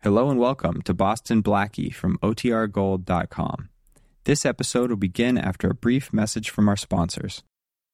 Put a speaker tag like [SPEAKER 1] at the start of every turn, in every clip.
[SPEAKER 1] Hello and welcome to Boston Blackie from OTRGold.com. This episode will begin after a brief message from our sponsors.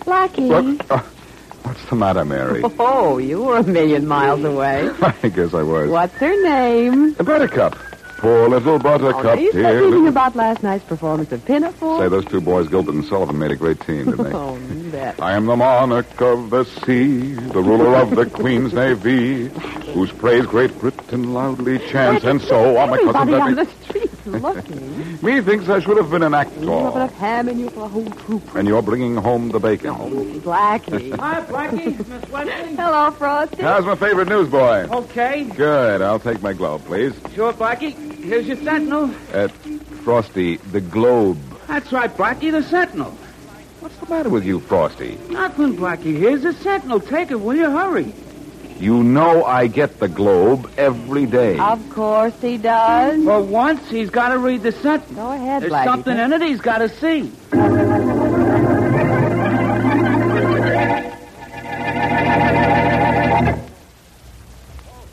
[SPEAKER 2] Blackie.
[SPEAKER 3] Look, uh, what's the matter, Mary?
[SPEAKER 2] Oh, you were a million miles away.
[SPEAKER 3] I guess I was.
[SPEAKER 2] What's her name? Oh,
[SPEAKER 3] A buttercup. Poor little buttercup,
[SPEAKER 2] Are you
[SPEAKER 3] dear.
[SPEAKER 2] still thinking about last night's performance of Pinafore?
[SPEAKER 3] Say, those two boys, Gilbert and Sullivan, made a great team, didn't they?
[SPEAKER 2] Oh, you bet.
[SPEAKER 3] I am the monarch of the sea, the ruler of the Queen's Navy, whose praise Great Britain loudly chants, and so on my cousin
[SPEAKER 2] Everybody on
[SPEAKER 3] Dudley.
[SPEAKER 2] the street looking.
[SPEAKER 3] Methinks I should have been an
[SPEAKER 2] You have enough
[SPEAKER 3] actor.
[SPEAKER 2] ham in you for a whole troop.
[SPEAKER 3] And you're bringing home the bacon.
[SPEAKER 2] Blackie.
[SPEAKER 4] Hi, Blackie. Miss Weston.
[SPEAKER 2] Hello, Frosty.
[SPEAKER 3] How's my favorite newsboy?
[SPEAKER 2] Oh.
[SPEAKER 4] Okay.
[SPEAKER 3] Good. I'll take my globe, please.
[SPEAKER 4] Sure, Blackie. Here's your sentinel.
[SPEAKER 3] Uh, Frosty, the globe.
[SPEAKER 4] That's right, Blackie, the sentinel.
[SPEAKER 3] What's the matter with you, Frosty?
[SPEAKER 4] Nothing, Blackie. Here's the sentinel. Take it, will you? Hurry.
[SPEAKER 3] You know I get the globe every day.
[SPEAKER 2] Of course he does.
[SPEAKER 4] For once, he's got to read the sentinel.
[SPEAKER 2] Go ahead,
[SPEAKER 4] There's
[SPEAKER 2] Blackie.
[SPEAKER 4] something in it he's got to see.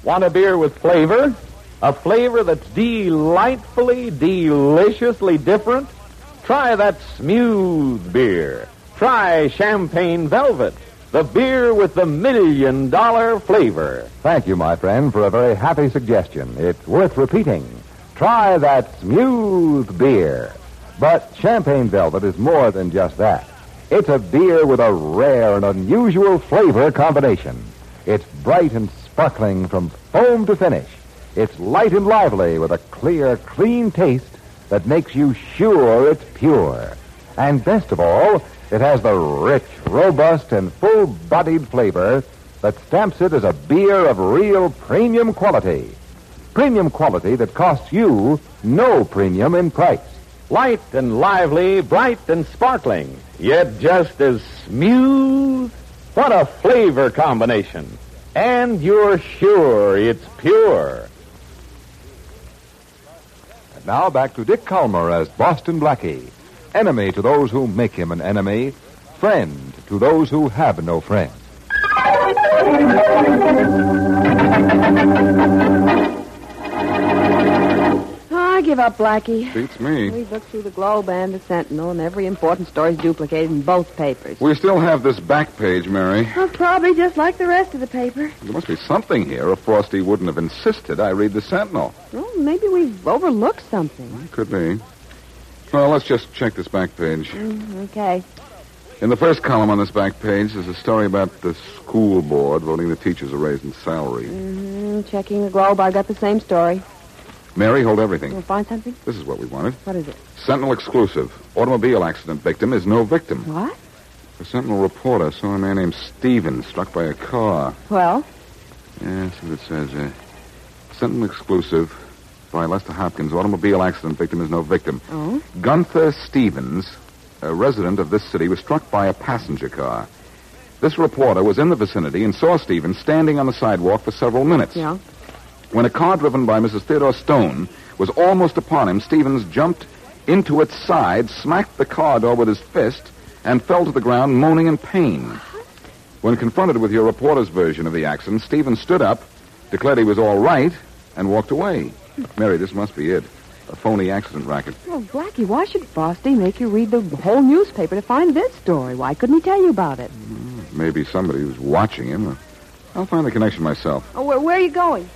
[SPEAKER 5] Want a beer with flavor? A flavor that's delightfully, deliciously different? Try that smooth beer. Try Champagne Velvet, the beer with the million dollar flavor. Thank you, my friend, for a very happy suggestion. It's worth repeating. Try that smooth beer. But Champagne Velvet is more than just that. It's a beer with a rare and unusual flavor combination. It's bright and sparkling from foam to finish. It's light and lively with a clear, clean taste that makes you sure it's pure. And best of all, it has the rich, robust, and full-bodied flavor that stamps it as a beer of real premium quality. Premium quality that costs you no premium in price. Light and lively, bright and sparkling, yet just as smooth. What a flavor combination. And you're sure it's pure. And now back to Dick Calmer as Boston Blackie. Enemy to those who make him an enemy, friend to those who have no friend.
[SPEAKER 2] I give up, Blackie.
[SPEAKER 3] Beats me.
[SPEAKER 2] We've looked through the Globe and the Sentinel, and every important story's duplicated in both papers.
[SPEAKER 3] We still have this back page, Mary.
[SPEAKER 6] Well, probably just like the rest of the paper.
[SPEAKER 3] There must be something here or Frosty wouldn't have insisted I read the Sentinel.
[SPEAKER 2] Well, maybe we've overlooked something.
[SPEAKER 3] Could be. Well, let's just check this back page.
[SPEAKER 2] Mm,
[SPEAKER 7] Okay.
[SPEAKER 3] In the first column on this back page, there's a story about the school board voting the teachers a raise in salary.
[SPEAKER 7] Mm, checking the Globe. I got the same story.
[SPEAKER 3] Mary, hold everything.
[SPEAKER 7] You'll find something?
[SPEAKER 3] This is what we wanted.
[SPEAKER 7] What is it?
[SPEAKER 3] Sentinel exclusive. Automobile accident victim is no victim.
[SPEAKER 7] What?
[SPEAKER 3] A Sentinel reporter saw a man named Stevens struck by a car.
[SPEAKER 7] Well,
[SPEAKER 3] Yeah, see what it says. Uh, Sentinel exclusive by Lester Hopkins. Automobile accident victim is no victim.
[SPEAKER 7] Oh?
[SPEAKER 3] Gunther Stevens, a resident of this city, was struck by a passenger car. This reporter was in the vicinity and saw Stevens standing on the sidewalk for several minutes.
[SPEAKER 7] yeah.
[SPEAKER 3] When a car driven by Mrs. Theodore Stone was almost upon him, Stevens jumped into its side, smacked the car door with his fist, and fell to the ground moaning in pain. When confronted with your reporter's version of the accident, Stevens stood up, declared he was all right, and walked away. Mary, this must be it. A phony accident racket.
[SPEAKER 7] Well, oh, Blackie, why should Frosty make you read the whole newspaper to find this story? Why couldn't he tell you about it?
[SPEAKER 3] Maybe somebody was watching him. I'll find the connection myself.
[SPEAKER 8] Oh, where, where are you going?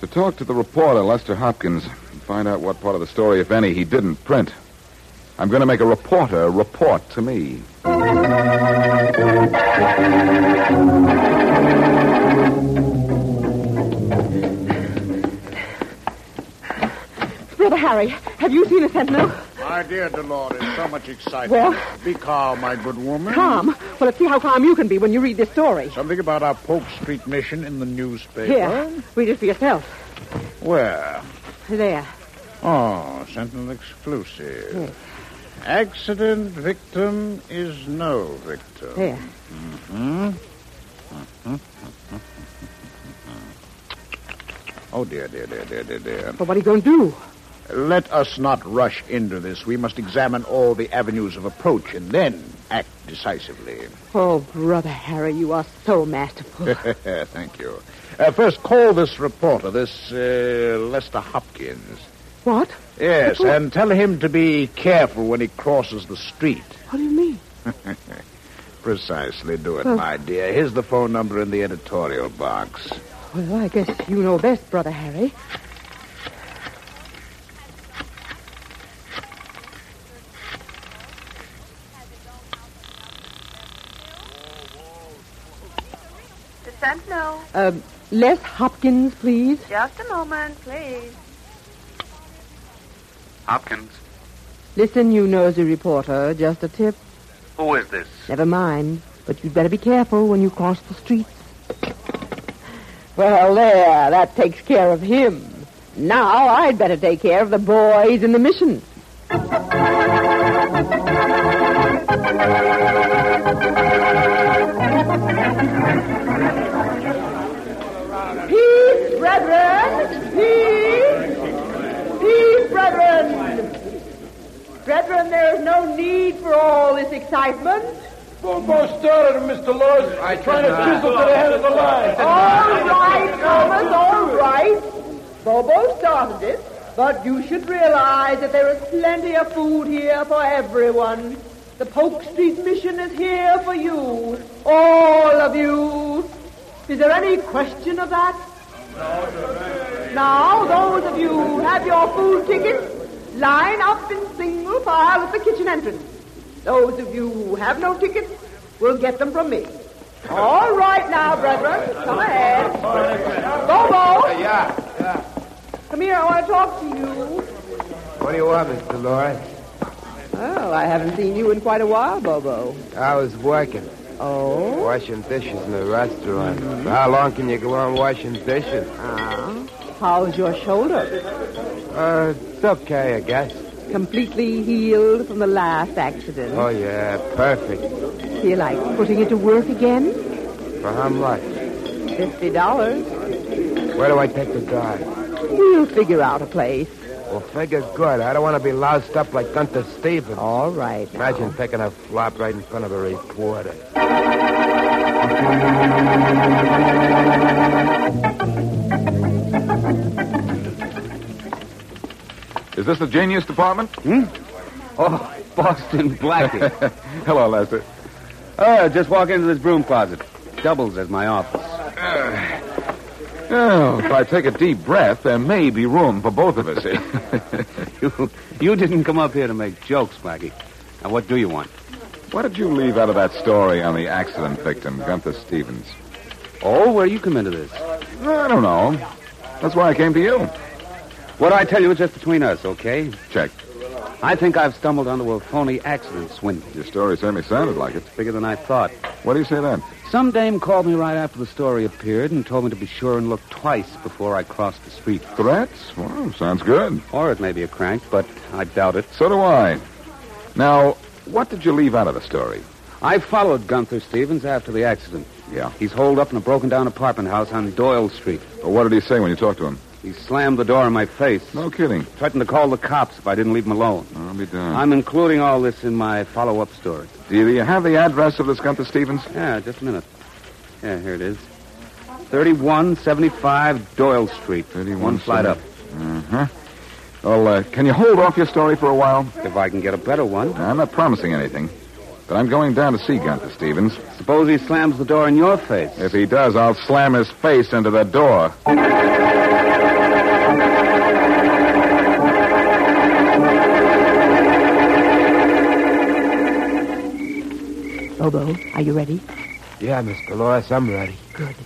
[SPEAKER 3] To talk to the reporter, Lester Hopkins, and find out what part of the story, if any, he didn't print. I'm going to make a reporter report to me.
[SPEAKER 8] Brother Harry, have you seen a sentinel?
[SPEAKER 9] My dear Dolores, so much excitement.
[SPEAKER 8] Well-
[SPEAKER 9] Be calm, my good woman.
[SPEAKER 8] Calm. Well, let's see how calm you can be when you read this story.
[SPEAKER 9] Something about our Polk Street mission in the newspaper.
[SPEAKER 8] Here, read it for yourself.
[SPEAKER 9] Where?
[SPEAKER 8] There.
[SPEAKER 9] Oh, Sentinel exclusive. Accident victim is no victim. Mm-hmm.
[SPEAKER 8] There.
[SPEAKER 9] Oh, dear, dear, dear, dear, dear, dear.
[SPEAKER 8] Well, what are you going to do?
[SPEAKER 9] Let us not rush into this. We must examine all the avenues of approach and then act decisively.
[SPEAKER 8] Oh, Brother Harry, you are so masterful.
[SPEAKER 9] Thank you. Uh, first, call this reporter, this uh, Lester Hopkins.
[SPEAKER 8] what?
[SPEAKER 9] Yes, and tell him to be careful when he crosses the street.
[SPEAKER 8] What do you mean?
[SPEAKER 9] Precisely, do it, my dear. Here's the phone number in the editorial box.
[SPEAKER 8] Well, I guess you know best, Brother Harry.
[SPEAKER 2] The Sentinel.
[SPEAKER 8] Uh, Les Hopkins, please.
[SPEAKER 2] Just a moment, please.
[SPEAKER 10] Hopkins,
[SPEAKER 8] Listen, you nosy reporter, just a tip.
[SPEAKER 10] who is this?
[SPEAKER 8] Never mind. But you'd better be careful when you cross the streets. Well, there. That takes care of him. Now I'd better take care of the boys in the mission.
[SPEAKER 2] Peace, brethren! Peace! Peace, brethren! Brethren, there is no need for all this excitement.
[SPEAKER 4] Almost started, Mr. Laws. I trying to chisel to the head of the line.
[SPEAKER 2] All right, Thomas, all right. Bobo started it, but you should realize that there is plenty of food here for everyone. The Polk Street Mission is here for you, all of you. Is there any question of that? Now, those of you who have your food tickets, line up in single file at the kitchen entrance. Those of you who have no tickets will get them from me. All right now, brethren. Come ahead. Bobo!
[SPEAKER 11] Oh, Yeah,
[SPEAKER 2] Come here, I want to talk to you.
[SPEAKER 11] What do you want, Miss Dolores?
[SPEAKER 7] Oh, I haven't seen you in quite a
[SPEAKER 12] Ah,
[SPEAKER 7] while, Bobo.
[SPEAKER 11] I was working. Oh? Washing dishes in a restaurant. For How long can you go on washing dishes?
[SPEAKER 7] Ah. How's your shoulder?
[SPEAKER 11] Uh, it's okay, I guess.
[SPEAKER 7] Completely healed from the last accident.
[SPEAKER 11] Oh, yeah, perfect.
[SPEAKER 7] Feel like putting it to work again?
[SPEAKER 11] For how much?
[SPEAKER 7] Fifty dollars.
[SPEAKER 11] Where do I take the guy?
[SPEAKER 7] We'll figure out a place.
[SPEAKER 11] Well, figure good. I don't want to be loused up like Gunther Stevens. All
[SPEAKER 7] right.
[SPEAKER 11] Imagine taking a flop right in front of a reporter.
[SPEAKER 3] Is this the genius department? Hmm?
[SPEAKER 13] Oh, Boston Blackie.
[SPEAKER 3] Hello, Lester. Uh,
[SPEAKER 13] Oh, just walk into this broom closet. Doubles as my office.
[SPEAKER 3] Oh, if I take a deep breath, there may be room for both of us.
[SPEAKER 13] you, you didn't come up here to make jokes, Blackie. Now, what do you want?
[SPEAKER 3] What did you leave out of that story on the accident victim, Gunther Stevens?
[SPEAKER 13] Oh, where you come into this?
[SPEAKER 3] I don't know. That's why I came to you.
[SPEAKER 13] What I tell you is just between us, okay?
[SPEAKER 3] Check.
[SPEAKER 13] I think I've stumbled onto a phony accident swindle.
[SPEAKER 3] Your story certainly sounded like it.
[SPEAKER 13] Bigger than I thought.
[SPEAKER 3] What do you say then?
[SPEAKER 13] Some dame called me right after the story appeared and told me to be sure and look twice before I crossed the street.
[SPEAKER 3] Threats? Well, Oh, sounds good.
[SPEAKER 13] Or it may be a crank, but I doubt it.
[SPEAKER 3] So do I. Now, what did you leave out of the story?
[SPEAKER 13] I followed Gunther Stevens after the accident.
[SPEAKER 3] Yeah.
[SPEAKER 13] He's holed up in a broken down apartment house on Doyle Street.
[SPEAKER 3] Well, what did he say when you talked to him?
[SPEAKER 13] He slammed the door in my face.
[SPEAKER 3] No kidding. Mm-hmm.
[SPEAKER 13] Threatened to call the cops if I didn't leave him alone.
[SPEAKER 3] I'll be darned.
[SPEAKER 13] I'm including all this in my follow up story.
[SPEAKER 3] Do you, do you have the address of this Gunther Stevens?
[SPEAKER 13] Yeah, just a minute. Yeah, here it is 3175 Doyle Street.
[SPEAKER 3] 31
[SPEAKER 13] One flight up.
[SPEAKER 3] Uh-huh. Well, uh, can you hold off your story for a while?
[SPEAKER 13] If I can get a better one.
[SPEAKER 3] I'm not promising anything, but I'm going down to see Gunther Stevens.
[SPEAKER 13] Suppose he slams the door in your face.
[SPEAKER 3] If he does, I'll slam his face into the door.
[SPEAKER 12] Bobo, are you ready?
[SPEAKER 14] Yeah, Miss Dolores, I'm ready.
[SPEAKER 12] Good.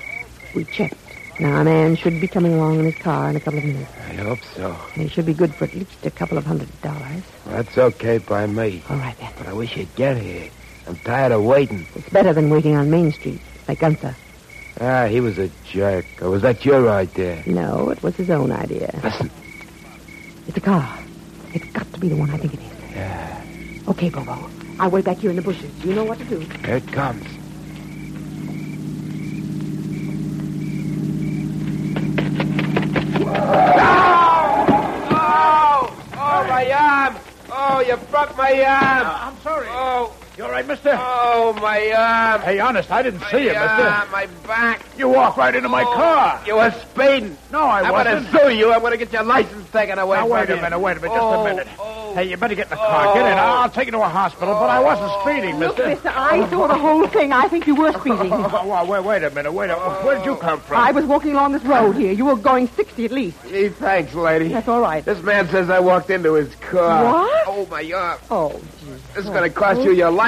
[SPEAKER 12] We checked. Now, a man should be coming along in his car in a couple of minutes.
[SPEAKER 14] I hope so.
[SPEAKER 12] And he should be good for at least a couple of hundred dollars.
[SPEAKER 14] That's okay by me.
[SPEAKER 12] All right, then.
[SPEAKER 14] But I wish he'd get here. I'm tired of waiting.
[SPEAKER 12] It's better than waiting on Main Street, like Gunther.
[SPEAKER 14] Ah, he was a jerk. Or was that your idea?
[SPEAKER 12] No, it was his own idea.
[SPEAKER 14] Listen.
[SPEAKER 12] It's a car. It's got to be the one I think it is.
[SPEAKER 14] Yeah,
[SPEAKER 12] Okay, Bobo. I'll wait back here in the bushes. You know what to do.
[SPEAKER 14] here it comes.
[SPEAKER 11] Oh! Oh, my arm! Oh, you broke my arm! I'm sorry. Oh. You all right, mister? Oh, my arm.
[SPEAKER 9] Hey, honest, I didn't see you,
[SPEAKER 11] Ah,
[SPEAKER 9] mister.
[SPEAKER 11] my back.
[SPEAKER 9] You walked right into my
[SPEAKER 11] Oh,
[SPEAKER 9] car.
[SPEAKER 11] You were speeding.
[SPEAKER 9] No, I
[SPEAKER 11] I'm
[SPEAKER 9] wasn't.
[SPEAKER 11] going to sue you. I'm going to get your license taken away
[SPEAKER 9] Now,
[SPEAKER 11] from
[SPEAKER 9] wait a
[SPEAKER 11] you.
[SPEAKER 9] minute, wait a minute, just
[SPEAKER 11] Oh,
[SPEAKER 9] a minute.
[SPEAKER 11] oh.
[SPEAKER 9] Hey, you better get in the car. Get in. I'll take you to a hospital, but I wasn't speeding,
[SPEAKER 2] Look,
[SPEAKER 9] mister.
[SPEAKER 2] mister, I saw the whole thing. I think you were speeding.
[SPEAKER 9] Oh, oh, oh, wait, wait a minute, wait a minute. Where did you come from?
[SPEAKER 2] Oh. I was walking along this road here. You were going 60 at least.
[SPEAKER 11] Gee, thanks, lady.
[SPEAKER 2] That's all right.
[SPEAKER 11] This man says I walked into his car.
[SPEAKER 2] What?
[SPEAKER 11] Oh, my arm.
[SPEAKER 2] Oh,
[SPEAKER 11] This is going to cost you your license.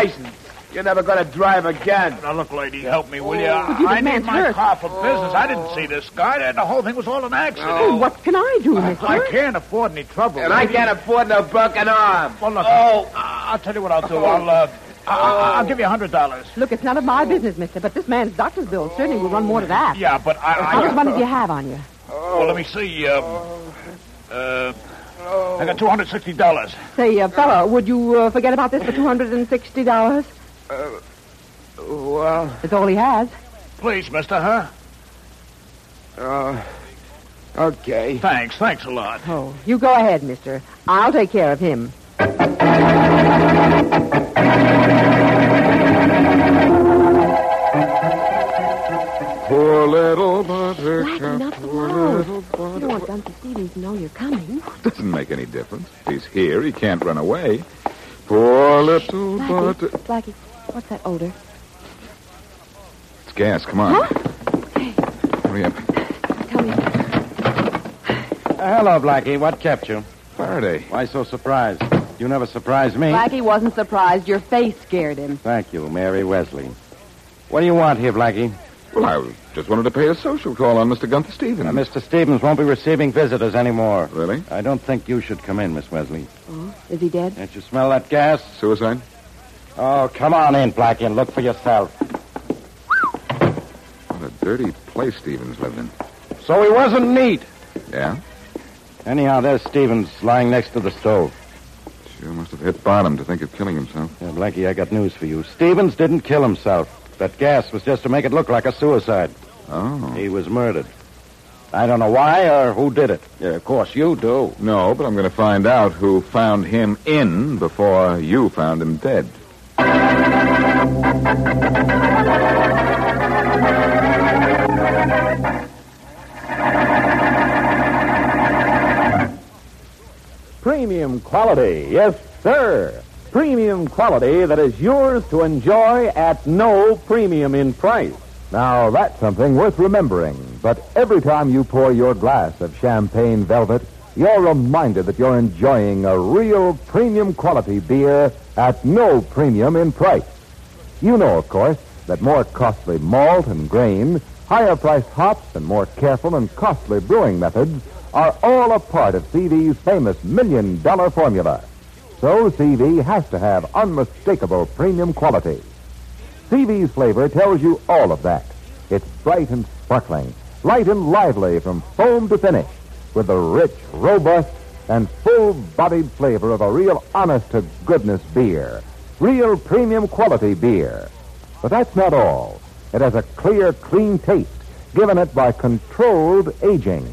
[SPEAKER 11] You're never going to drive again.
[SPEAKER 9] Now, look, lady, help me, will you?
[SPEAKER 2] But you
[SPEAKER 9] I
[SPEAKER 2] did
[SPEAKER 9] need
[SPEAKER 2] Oh, man's
[SPEAKER 9] my
[SPEAKER 2] hurt.
[SPEAKER 9] car for business. I
[SPEAKER 11] Oh.
[SPEAKER 9] didn't see this guy. The whole thing was all an accident.
[SPEAKER 2] Hey, what can I do, mister?
[SPEAKER 9] I can't afford any trouble.
[SPEAKER 11] And I
[SPEAKER 9] lady.
[SPEAKER 11] can't afford no broken arm.
[SPEAKER 9] Well, look,
[SPEAKER 11] Oh.
[SPEAKER 9] I- I'll tell you what I'll do. I'll, uh, I- I- I'll give you a hundred dollars.
[SPEAKER 2] Look, it's none of my business, mister, but this man's doctor's bill certainly will run more to that.
[SPEAKER 9] Yeah, but I... I
[SPEAKER 2] How much money do you have on you?
[SPEAKER 9] Well, let me see. Um,
[SPEAKER 11] Oh.
[SPEAKER 9] uh, I got two hundred sixty dollars.
[SPEAKER 2] Say, uh, fella, would you uh, forget about this for $260?
[SPEAKER 11] Uh, Well,
[SPEAKER 2] That's all he has.
[SPEAKER 9] Please, Mister, huh?
[SPEAKER 11] uh, okay.
[SPEAKER 9] Thanks, thanks a lot.
[SPEAKER 2] Oh, you go ahead, mister. I'll take care of him.
[SPEAKER 3] Poor little buttercup.
[SPEAKER 15] Blackie, not so
[SPEAKER 3] poor
[SPEAKER 15] loud.
[SPEAKER 3] little
[SPEAKER 15] You don't want Gunther Stevens to know you're coming.
[SPEAKER 3] Doesn't make any difference. He's here. He can't run away. Poor little
[SPEAKER 15] Blackie,
[SPEAKER 3] butter.
[SPEAKER 15] Blackie, what's that odor?
[SPEAKER 3] It's gas. Come on.
[SPEAKER 15] Hey,
[SPEAKER 3] Hurry up.
[SPEAKER 15] coming.
[SPEAKER 16] hello, Blackie. What kept you?
[SPEAKER 3] Faraday.
[SPEAKER 16] Why so surprised? You never surprised me.
[SPEAKER 15] Blackie wasn't surprised. Your face scared him.
[SPEAKER 16] Thank you, Mary Wesley. What do you want here, Blackie?
[SPEAKER 3] Well, I just wanted to pay a social call on Mr. Gunther Stevens.
[SPEAKER 16] Now, Mr. Stevens won't be receiving visitors anymore.
[SPEAKER 3] Really?
[SPEAKER 16] I don't think you should come in, Miss Wesley.
[SPEAKER 15] Oh, is he dead?
[SPEAKER 16] Can't you smell that gas?
[SPEAKER 3] Suicide?
[SPEAKER 16] Oh, come on in, Blackie, and look for yourself.
[SPEAKER 3] What a dirty place Stevens lived in.
[SPEAKER 16] So he wasn't neat.
[SPEAKER 3] Yeah?
[SPEAKER 16] Anyhow, there's Stevens lying next to the stove.
[SPEAKER 3] Sure must have hit bottom to think of killing himself.
[SPEAKER 16] Yeah, Blackie, I got news for you. Stevens didn't kill himself. That gas was just to make it look like a suicide.
[SPEAKER 3] Oh.
[SPEAKER 16] He was murdered. I don't know why or who did it.
[SPEAKER 17] uh,
[SPEAKER 16] Yeah, of course, you do.
[SPEAKER 3] No, but I'm going to find out who found him in before you found him dead.
[SPEAKER 5] Premium quality, yes, sir. Premium quality that is yours to enjoy at no premium in price. Now, that's something worth remembering. but every time you pour your glass of champagne velvet, you're reminded that you're enjoying a real premium quality beer at no premium in price. You know, of course, that more costly malt and grain, higher priced hops, and more careful and costly brewing methods are all a part of CV's famous million dollar formula. So CV has to have unmistakable premium quality. CV's flavor tells you all of that. It's bright and sparkling, light and lively from foam to finish, with the rich, robust, and full bodied flavor of a real honest to goodness beer. Real premium quality beer. But that's not all. It has a clear, clean taste, given it by controlled aging.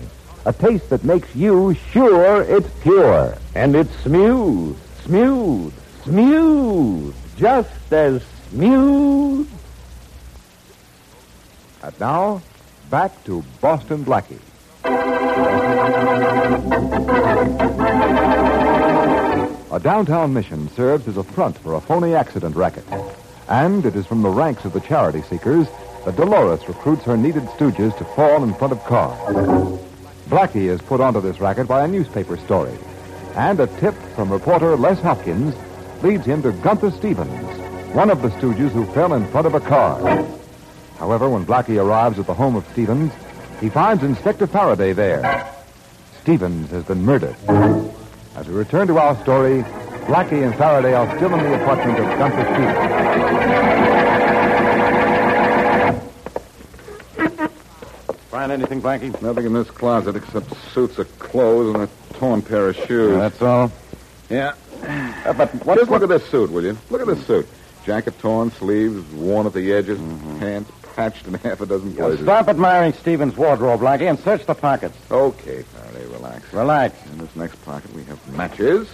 [SPEAKER 5] A taste that makes you sure it's pure.
[SPEAKER 13] And it's smooth, smooth, smooth, just as smooth.
[SPEAKER 5] And now, back to Boston Blackie. A downtown mission serves as a front for a phony accident racket. And it is from the ranks of the charity seekers that Dolores recruits her needed stooges to fall in front of cars. Blackie is put onto this racket by a newspaper story. And a tip from reporter Les Hopkins leads him to Gunther Stevens, one of the stooges who fell in front of a car. However, when Blackie arrives at the home of Stevens, he finds Inspector Faraday there. Stevens has been murdered. As we return to our story, Blackie and Faraday are still in the apartment of Gunther
[SPEAKER 17] Find anything, Blackie?
[SPEAKER 3] Nothing in this closet except suits of clothes and a torn pair of shoes.
[SPEAKER 17] that's all.
[SPEAKER 3] Yeah. but Just look at this suit, will you? Look at this suit. Jacket torn, sleeves worn at the edges, pants patched in half a dozen places.
[SPEAKER 17] Mm-hmm. Stop admiring Stevens' wardrobe, Blackie, and search the pockets.
[SPEAKER 3] Okay, Faraday, relax.
[SPEAKER 17] Relax.
[SPEAKER 3] In this next pocket, we have matches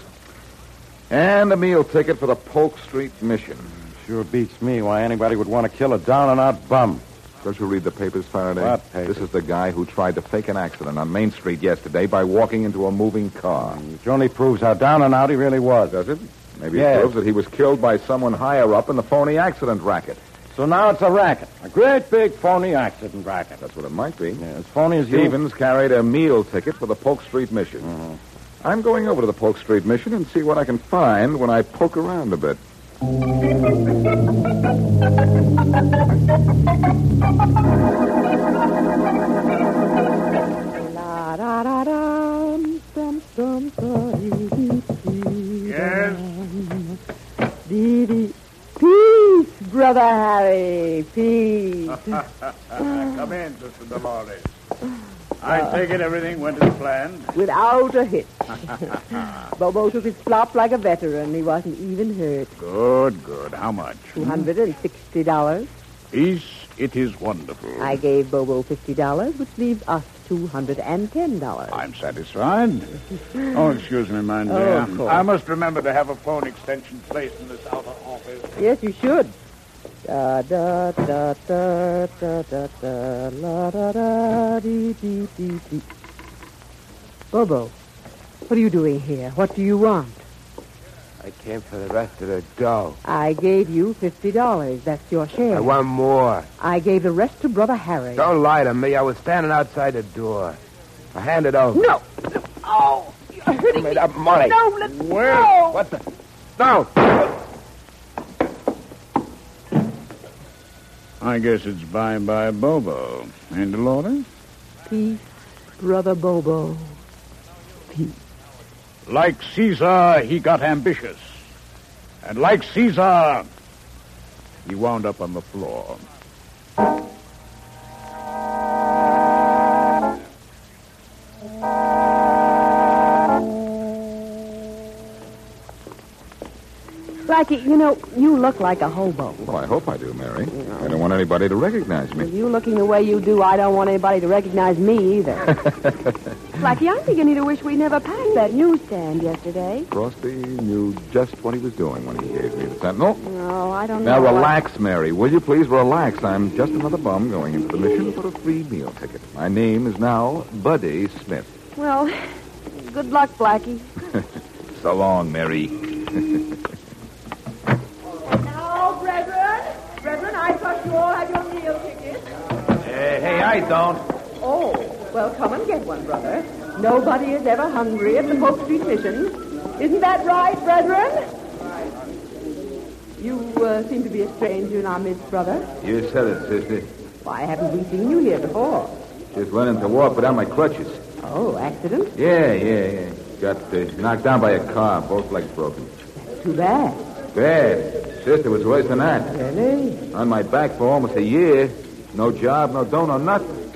[SPEAKER 3] and a meal ticket for the Polk Street Mission.
[SPEAKER 17] Mm, Sure beats me why anybody would want to kill a down-and-out bum.
[SPEAKER 3] Don't you read the papers, Faraday?
[SPEAKER 17] What papers?
[SPEAKER 3] This is the guy who tried to fake an accident on Main Street yesterday by walking into a moving car.
[SPEAKER 17] Which Mm, only proves how down-and-out he really was.
[SPEAKER 3] Does it? Maybe
[SPEAKER 17] Yes.
[SPEAKER 3] it proves that he was killed by someone higher up in the phony accident racket.
[SPEAKER 17] So now it's a racket. A great big phony accident racket.
[SPEAKER 3] That's what it might be.
[SPEAKER 17] As phony as you... Mm.
[SPEAKER 3] Stevens carried a meal ticket for the Polk Street Mission. I'm going over to the Polk Street Mission and see what I can find when I poke around a bit.
[SPEAKER 2] La da da dum dum dum dum Yes. Dee dee. Peace, brother Harry. Peace.
[SPEAKER 9] Come in, Sister Dolores. I take it everything went as planned.
[SPEAKER 2] Without a hitch. Bobo took his flop like a veteran. He wasn't even hurt.
[SPEAKER 9] Good, good. How much?
[SPEAKER 2] Two hundred and sixty dollars.
[SPEAKER 9] Is it is wonderful.
[SPEAKER 2] I gave Bobo fifty dollars, which leaves us two hundred and ten dollars.
[SPEAKER 9] I'm satisfied. Oh, excuse me, mind
[SPEAKER 2] Oh,
[SPEAKER 9] dear.
[SPEAKER 2] of course.
[SPEAKER 9] I must remember to have a phone extension placed in this outer office.
[SPEAKER 2] Yes, you should. Da da da da da da da la da da dee dee dee dee. Bobo, what are you doing here? What do you want?
[SPEAKER 11] I came for the rest of the dough.
[SPEAKER 2] I gave you fifty dollars. That's your share.
[SPEAKER 11] I want more.
[SPEAKER 2] I gave the rest to Brother Harry.
[SPEAKER 11] Don't lie to me. I was standing outside the door. I hand it over.
[SPEAKER 2] No.
[SPEAKER 11] Oh, you're hurting made up money.
[SPEAKER 2] No, let's
[SPEAKER 11] Where?
[SPEAKER 2] go.
[SPEAKER 11] What the? No.
[SPEAKER 9] I guess it's bye-bye, Bobo. And Dolores?
[SPEAKER 2] Peace, Brother Bobo.
[SPEAKER 9] Like Caesar, he got ambitious. And like Caesar, he wound up on the floor.
[SPEAKER 2] Blackie, you know, you look like a hobo.
[SPEAKER 3] Well, I hope I do, Mary. I don't want anybody to recognize me.
[SPEAKER 2] You looking the way you do, I don't want anybody to recognize me either. Blackie, I'm beginning to wish we never passed that newsstand yesterday.
[SPEAKER 3] Frosty knew just what he was doing when he gave me the sentinel.
[SPEAKER 2] No, Oh, I don't
[SPEAKER 3] Now
[SPEAKER 2] know.
[SPEAKER 3] relax, Mary. Will you please relax? I'm just another bum going into the mission for a free meal ticket. My name is now Buddy Smith.
[SPEAKER 2] Well, good luck, Blackie.
[SPEAKER 3] So long, Mary.
[SPEAKER 2] Now, brethren, brethren, I trust you all have your meal tickets.
[SPEAKER 18] hey, I don't.
[SPEAKER 19] Oh.
[SPEAKER 2] Oh, Well, come and get one, brother. Nobody is ever hungry at the Pope Street Mission. Isn't that right, brethren? You uh, seem to be a stranger in our midst, brother.
[SPEAKER 5] You said it, sister.
[SPEAKER 2] Why haven't we seen you here before?
[SPEAKER 5] Just went into war without my clutches.
[SPEAKER 2] Oh, accident?
[SPEAKER 5] Yeah, yeah, yeah. Got uh, knocked down by a car, both legs broken.
[SPEAKER 2] Too bad.
[SPEAKER 5] Bad. Sister was worse than that.
[SPEAKER 2] Really?
[SPEAKER 5] On my back for almost a year. No job, no dough, no nothing.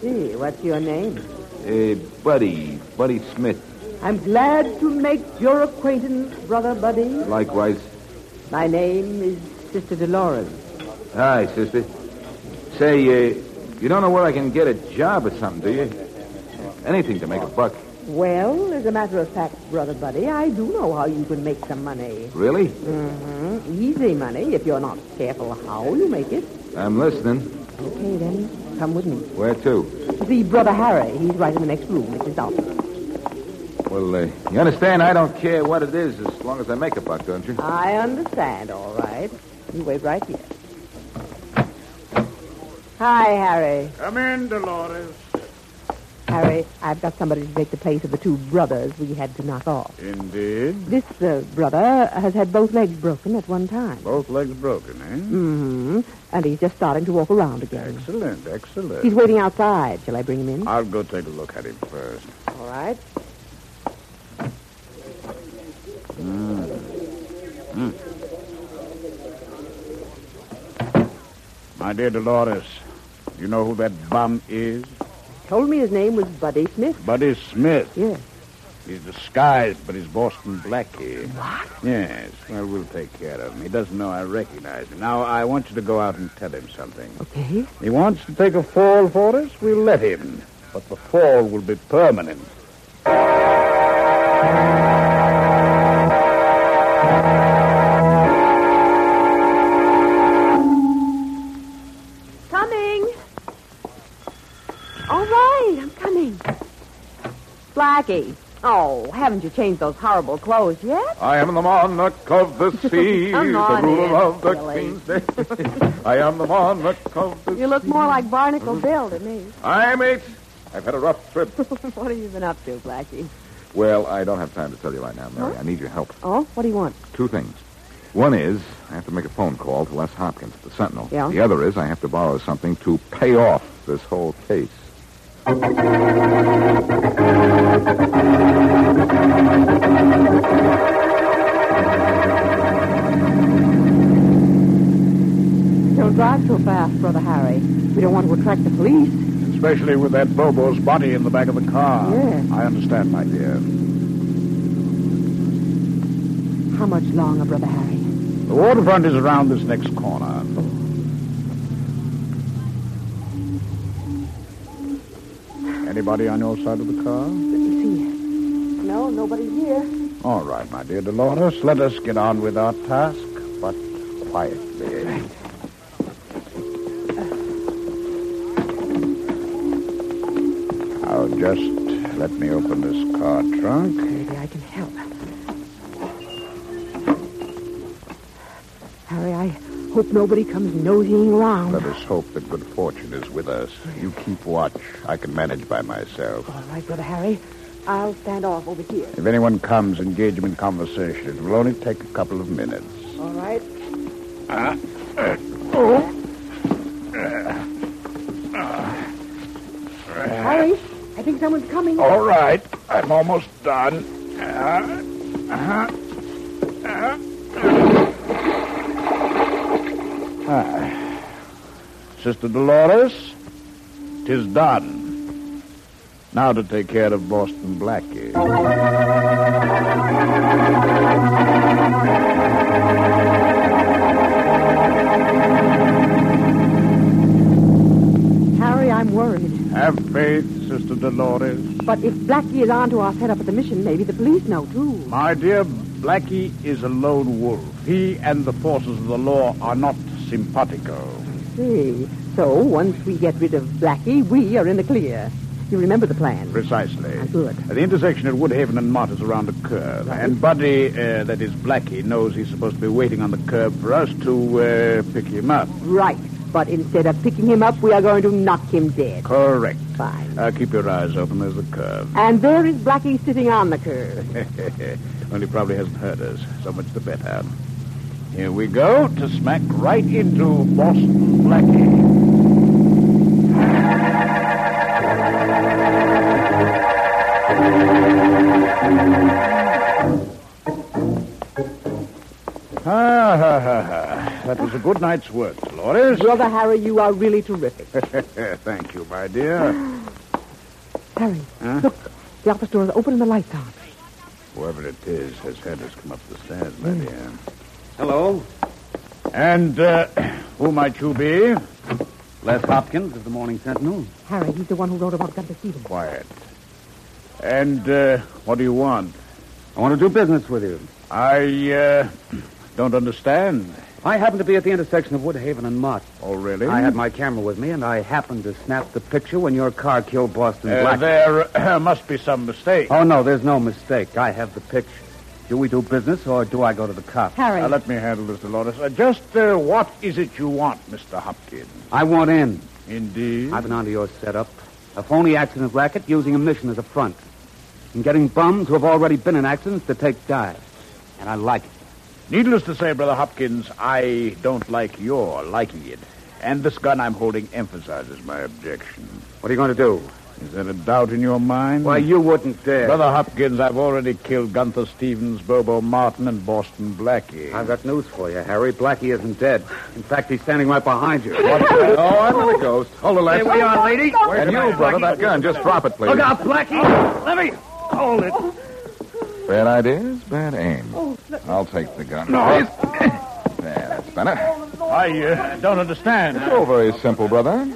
[SPEAKER 2] See, what's your name?
[SPEAKER 5] Hey, Buddy. Buddy Smith.
[SPEAKER 2] I'm glad to make your acquaintance, brother Buddy.
[SPEAKER 5] Likewise.
[SPEAKER 2] My name is Sister Dolores.
[SPEAKER 5] Hi, sister. Say, uh, you don't know where I can get a job or something, do you? Anything to make a buck.
[SPEAKER 2] Well, as a matter of fact, brother Buddy, I do know how you can make some money.
[SPEAKER 5] Really?
[SPEAKER 2] Mm-hmm. Easy money if you're not careful how you make it.
[SPEAKER 5] I'm listening.
[SPEAKER 2] Okay, then. Come with me.
[SPEAKER 5] Where to?
[SPEAKER 2] See, Brother Harry, he's right in the next room. It's his office.
[SPEAKER 5] Well, uh, you understand, I don't care what it is as long as I make a buck, don't you?
[SPEAKER 6] Uh,
[SPEAKER 2] I understand, all right. You wait right here. Hi, Harry.
[SPEAKER 20] Come in, Dolores.
[SPEAKER 2] Harry, I've got somebody to take the place of the two brothers we had to knock off.
[SPEAKER 20] Indeed.
[SPEAKER 2] This uh, brother has had both legs broken at one time.
[SPEAKER 20] Both legs broken, eh?
[SPEAKER 2] Mm-hmm. And he's just starting to walk around again.
[SPEAKER 20] Excellent, excellent.
[SPEAKER 2] He's waiting outside. Shall I bring him in?
[SPEAKER 20] I'll go take a look at him first.
[SPEAKER 2] All right.
[SPEAKER 20] Mm. Mm. My dear Dolores, you know who that bum is?
[SPEAKER 2] Told me his name was Buddy Smith.
[SPEAKER 20] Buddy Smith.
[SPEAKER 2] Yes.
[SPEAKER 20] He's disguised, but he's Boston Blackie. What? Yes. Well, we'll take care of him. He doesn't know I recognize him. Now, I want you to go out and tell him something.
[SPEAKER 2] Okay.
[SPEAKER 20] He wants to take a fall for us, we'll let him. But the fall will be permanent.
[SPEAKER 19] Coming. All right, I'm coming.
[SPEAKER 6] Blackie. Oh, haven't you changed those horrible clothes yet?
[SPEAKER 3] I am the monarch of the sea, the
[SPEAKER 6] Come on in,
[SPEAKER 3] ruler of the
[SPEAKER 6] silly.
[SPEAKER 3] king's day. I am the monarch of the
[SPEAKER 6] You look more like Barnacle Bill to me.
[SPEAKER 3] I'm it. I've had a rough trip.
[SPEAKER 6] what have you been up to, Blackie?
[SPEAKER 3] Well, I don't have time to tell you right now, Mary. I need your help.
[SPEAKER 6] Oh, what do you want?
[SPEAKER 3] Two things. One is I have to make a phone call to Les Hopkins, the Sentinel.
[SPEAKER 6] Yeah.
[SPEAKER 3] The other is I have to borrow something to pay off this whole case.
[SPEAKER 19] Don't drive so fast, Brother Harry. We don't want to attract the police.
[SPEAKER 9] Especially with that Bobo's body in the back of the car.
[SPEAKER 19] Yes.
[SPEAKER 9] I understand, my dear.
[SPEAKER 19] How much longer, Brother Harry?
[SPEAKER 9] The waterfront is around this next corner. Anybody on your side of the car?
[SPEAKER 19] No, nobody here.
[SPEAKER 9] All right, my dear Dolores, let us get on with our task, but quietly. Now, just let me open this car trunk.
[SPEAKER 19] Maybe I can help. Harry, I hope nobody comes nosying around.
[SPEAKER 9] Let us hope that good fortune is with us. You keep watch. I can manage by myself.
[SPEAKER 19] All right, Brother Harry. I'll stand off over here.
[SPEAKER 9] If anyone comes, engage him in conversation. It will only take a couple of minutes.
[SPEAKER 19] All right.
[SPEAKER 9] Ah.
[SPEAKER 19] Oh.
[SPEAKER 9] uh,
[SPEAKER 19] Harry, I think someone's coming.
[SPEAKER 9] All right. I'm almost done. Uh, uh,
[SPEAKER 21] Uh-huh.
[SPEAKER 9] uh. Ah. Sister Dolores, tis done. Now to take care of Boston Blackie.
[SPEAKER 19] Harry, I'm worried.
[SPEAKER 9] Have faith, Sister Dolores.
[SPEAKER 19] But if Blackie is on to our setup at the mission, maybe the police know, too.
[SPEAKER 9] My dear, Blackie is a lone wolf. He and the forces of the law are not simpatico.
[SPEAKER 2] See. So once we get rid of Blackie, we are in the clear. You remember the plan?
[SPEAKER 9] Precisely.
[SPEAKER 2] Good.
[SPEAKER 9] At the intersection at Woodhaven and Mott is around a curve. And Buddy, uh, that is Blackie, knows he's supposed to be waiting on the curb for us to uh, pick him up.
[SPEAKER 2] Right.
[SPEAKER 19] But instead of picking him up, we are going to knock him dead.
[SPEAKER 9] Correct.
[SPEAKER 19] Fine.
[SPEAKER 9] Uh, keep your eyes open. There's the curve.
[SPEAKER 19] And there is Blackie sitting on the curb.
[SPEAKER 9] Only probably hasn't heard us. So much the better. Here we go to smack right into Boston Blackie. Ah, ha, ha, ha. That was a good night's work, Dolores.
[SPEAKER 19] Brother Harry, you are really terrific.
[SPEAKER 9] Thank you, my dear.
[SPEAKER 19] Harry,
[SPEAKER 9] Huh?
[SPEAKER 19] look. The office door is open and the lights on.
[SPEAKER 9] Whoever it is has had us come up the stairs, my
[SPEAKER 19] Hmm.
[SPEAKER 9] dear. Hello. And uh, who might you be? Les Hopkins of the Morning Sentinel.
[SPEAKER 19] Harry, he's the one who wrote about Gunther Stevens.
[SPEAKER 9] Quiet. And uh, what do you want? I want to do business with you. I uh, don't understand.
[SPEAKER 21] I happened to be at the intersection of Woodhaven and Mott.
[SPEAKER 9] Oh, really?
[SPEAKER 21] I had my camera with me, and I happened to snap the picture when your car killed Boston
[SPEAKER 9] Uh,
[SPEAKER 21] Black.
[SPEAKER 9] there uh, must be some mistake.
[SPEAKER 21] Oh, no, there's no mistake. I have the picture. Do we do business, or do I go to the cops?
[SPEAKER 9] Harry. Uh, let me handle this, Dolores. Uh, just uh, what is it you want, Mr. Hopkins?
[SPEAKER 21] I want in.
[SPEAKER 9] Indeed.
[SPEAKER 21] I've been onto your setup. A phony accident racket using a mission as a front. And getting bums who have already been in accidents to take dives. And I like it.
[SPEAKER 9] Needless to say, Brother Hopkins, I don't like your liking it. And this gun I'm holding emphasizes my objection. What are you going to do? Is there a doubt in your mind?
[SPEAKER 21] Why, you wouldn't dare.
[SPEAKER 9] Brother Hopkins, I've already killed Gunther Stevens, Bobo Martin, and Boston Blackie.
[SPEAKER 21] I've got news for you, Harry. Blackie isn't dead. In fact, he's standing right behind you.
[SPEAKER 9] Oh, I'm not a ghost. Hold
[SPEAKER 21] the
[SPEAKER 9] on,
[SPEAKER 21] last- Here we are, lady. Where's
[SPEAKER 9] And
[SPEAKER 21] the
[SPEAKER 9] you,
[SPEAKER 21] knife,
[SPEAKER 9] brother,
[SPEAKER 21] Blackie?
[SPEAKER 9] that gun. Just drop it, please. Oh.
[SPEAKER 21] Look out, Blackie! Let me hold it.
[SPEAKER 3] Bad ideas, bad aim.
[SPEAKER 22] Oh, let-
[SPEAKER 3] I'll take the gun.
[SPEAKER 22] No.
[SPEAKER 3] please. there, that's better.
[SPEAKER 9] I uh, don't understand.
[SPEAKER 3] It's all very simple, brother.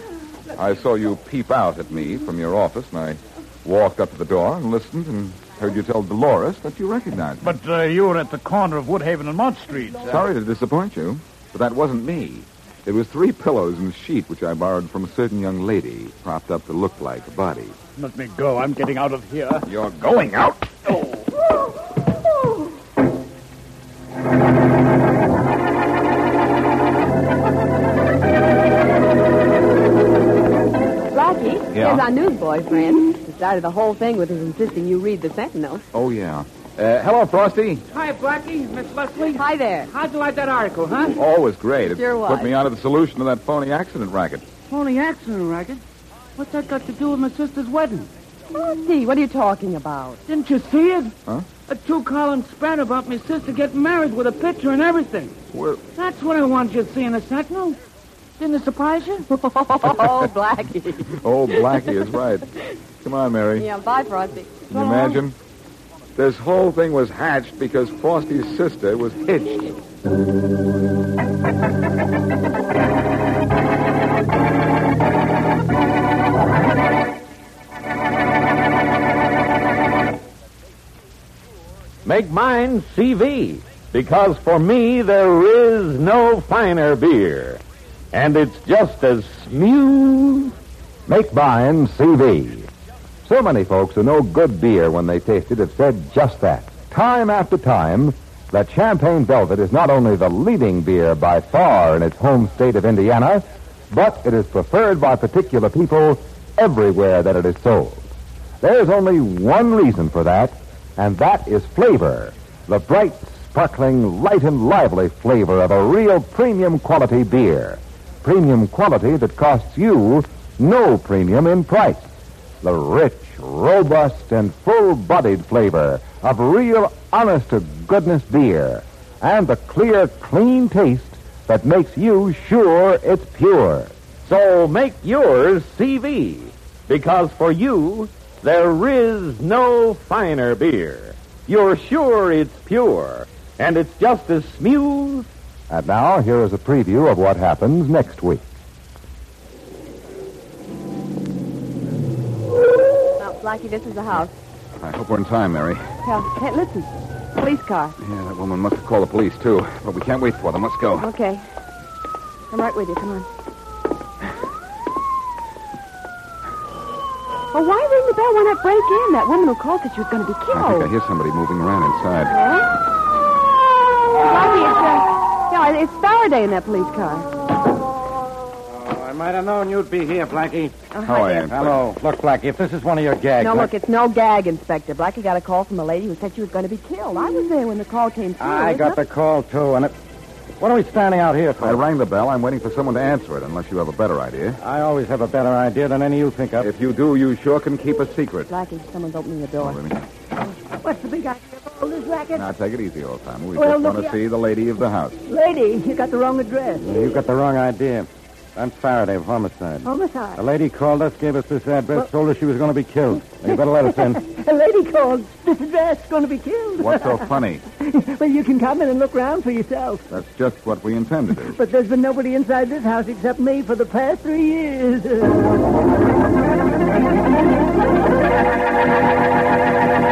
[SPEAKER 3] I saw you peep out at me from your office, and I walked up to the door and listened and heard you tell Dolores that you recognized me.
[SPEAKER 9] But uh, you were at the corner of Woodhaven and Mott Streets.
[SPEAKER 3] Sorry to disappoint you, but that wasn't me. It was three pillows and a sheet which I borrowed from a certain young lady, propped up to look like a body.
[SPEAKER 9] Let me go. I'm getting out of here.
[SPEAKER 3] You're going out?
[SPEAKER 19] Blackie,
[SPEAKER 3] Yeah?
[SPEAKER 19] here's our new boyfriend. He started the whole thing with his insisting you read the Sentinel.
[SPEAKER 3] Oh, yeah. Uh, hello, Frosty.
[SPEAKER 4] Hi, Blackie. Miss Leslie.
[SPEAKER 19] Hi there. Oh.
[SPEAKER 4] How'd you like that article, huh?
[SPEAKER 3] Always great. It
[SPEAKER 4] Sure was.
[SPEAKER 3] put me onto the solution to that phony accident racket.
[SPEAKER 4] Only accident racket. What's that got to do with my sister's wedding?
[SPEAKER 19] Frosty, Oh, what are you talking about?
[SPEAKER 4] Didn't you see it?
[SPEAKER 3] Huh?
[SPEAKER 4] A two-column spread about my sister getting married with a picture and everything.
[SPEAKER 3] Well,
[SPEAKER 4] That's what I wanted you to see in the Sentinel. Didn't it surprise you? oh,
[SPEAKER 19] Blackie.
[SPEAKER 3] Oh, Blackie is right. Come on, Mary.
[SPEAKER 19] Yeah, bye, Frosty.
[SPEAKER 3] Can you imagine? This whole thing was hatched because Frosty's sister was hitched.
[SPEAKER 13] Make mine CV, because for me there is no finer beer. And it's just as smooth.
[SPEAKER 5] Make mine CV. So many folks who know good beer when they taste it have said just that, time after time, that Champagne Velvet is not only the leading beer by far in its home state of Indiana, but it is preferred by particular people everywhere that it is sold. There's only one reason for that, and that is flavor. The bright, sparkling, light and lively flavor of a real premium quality beer. Premium quality that costs you no premium in price. The rich, robust, and full-bodied flavor of real, honest-to-goodness beer. And the clear, clean taste that makes you sure it's pure.
[SPEAKER 13] So make yours CV, because for you there is no finer beer. You're sure it's pure, and it's just as smooth.
[SPEAKER 5] And now, here is a preview of what happens next week.
[SPEAKER 19] Now, Blackie, this is the house.
[SPEAKER 3] I hope we're in time, Mary.
[SPEAKER 19] Hell, hey, listen. Police car.
[SPEAKER 3] Yeah, that woman must have called the police, too. But we can't wait for them. Let's go.
[SPEAKER 19] Okay. I'm right with you. Come on. Well, why ring the bell when I break in? That woman who called said she was going to be
[SPEAKER 3] I
[SPEAKER 4] Oh.
[SPEAKER 3] think I
[SPEAKER 19] killed.
[SPEAKER 3] hear somebody moving around inside.
[SPEAKER 4] Ah!
[SPEAKER 19] Blackie, it's, uh, yeah, it's Faraday in that police car.
[SPEAKER 4] Oh, I might have known you'd be here, Blackie.
[SPEAKER 2] How are you?
[SPEAKER 13] Oh, Hello. Look, Blackie, if this is one of your gags.
[SPEAKER 2] no,
[SPEAKER 13] I-
[SPEAKER 2] look, it's no gag, Inspector. Blackie got a call from a lady who said she was going to be killed. I was there when the call came through.
[SPEAKER 13] I
[SPEAKER 2] It's
[SPEAKER 13] got the call, too, and it. What are we standing out here for?
[SPEAKER 3] I rang the bell. I'm waiting for someone to answer it, unless you have a better idea.
[SPEAKER 13] I always have a better idea than any you think of.
[SPEAKER 3] If you do, you sure can keep a secret.
[SPEAKER 2] Blackie, someone's opening the door.
[SPEAKER 4] What's the big idea of all this racket?
[SPEAKER 3] Now, take it easy, old timer. We
[SPEAKER 4] Well,
[SPEAKER 3] just
[SPEAKER 4] look
[SPEAKER 3] want to
[SPEAKER 4] here.
[SPEAKER 3] see the lady of the house.
[SPEAKER 4] Lady, you got the wrong address.
[SPEAKER 13] You got the wrong idea. I'm Faraday of
[SPEAKER 4] Oh.
[SPEAKER 13] homicide.
[SPEAKER 4] Homicide.
[SPEAKER 13] A lady called us, gave us this address, told us she was going to be killed. You better let us in.
[SPEAKER 4] A lady called. This address going to be killed.
[SPEAKER 3] What's so funny?
[SPEAKER 4] well, you can come in and look round for yourself.
[SPEAKER 3] That's just what we intend to do.
[SPEAKER 4] But there's been nobody inside this house except me for the past three years.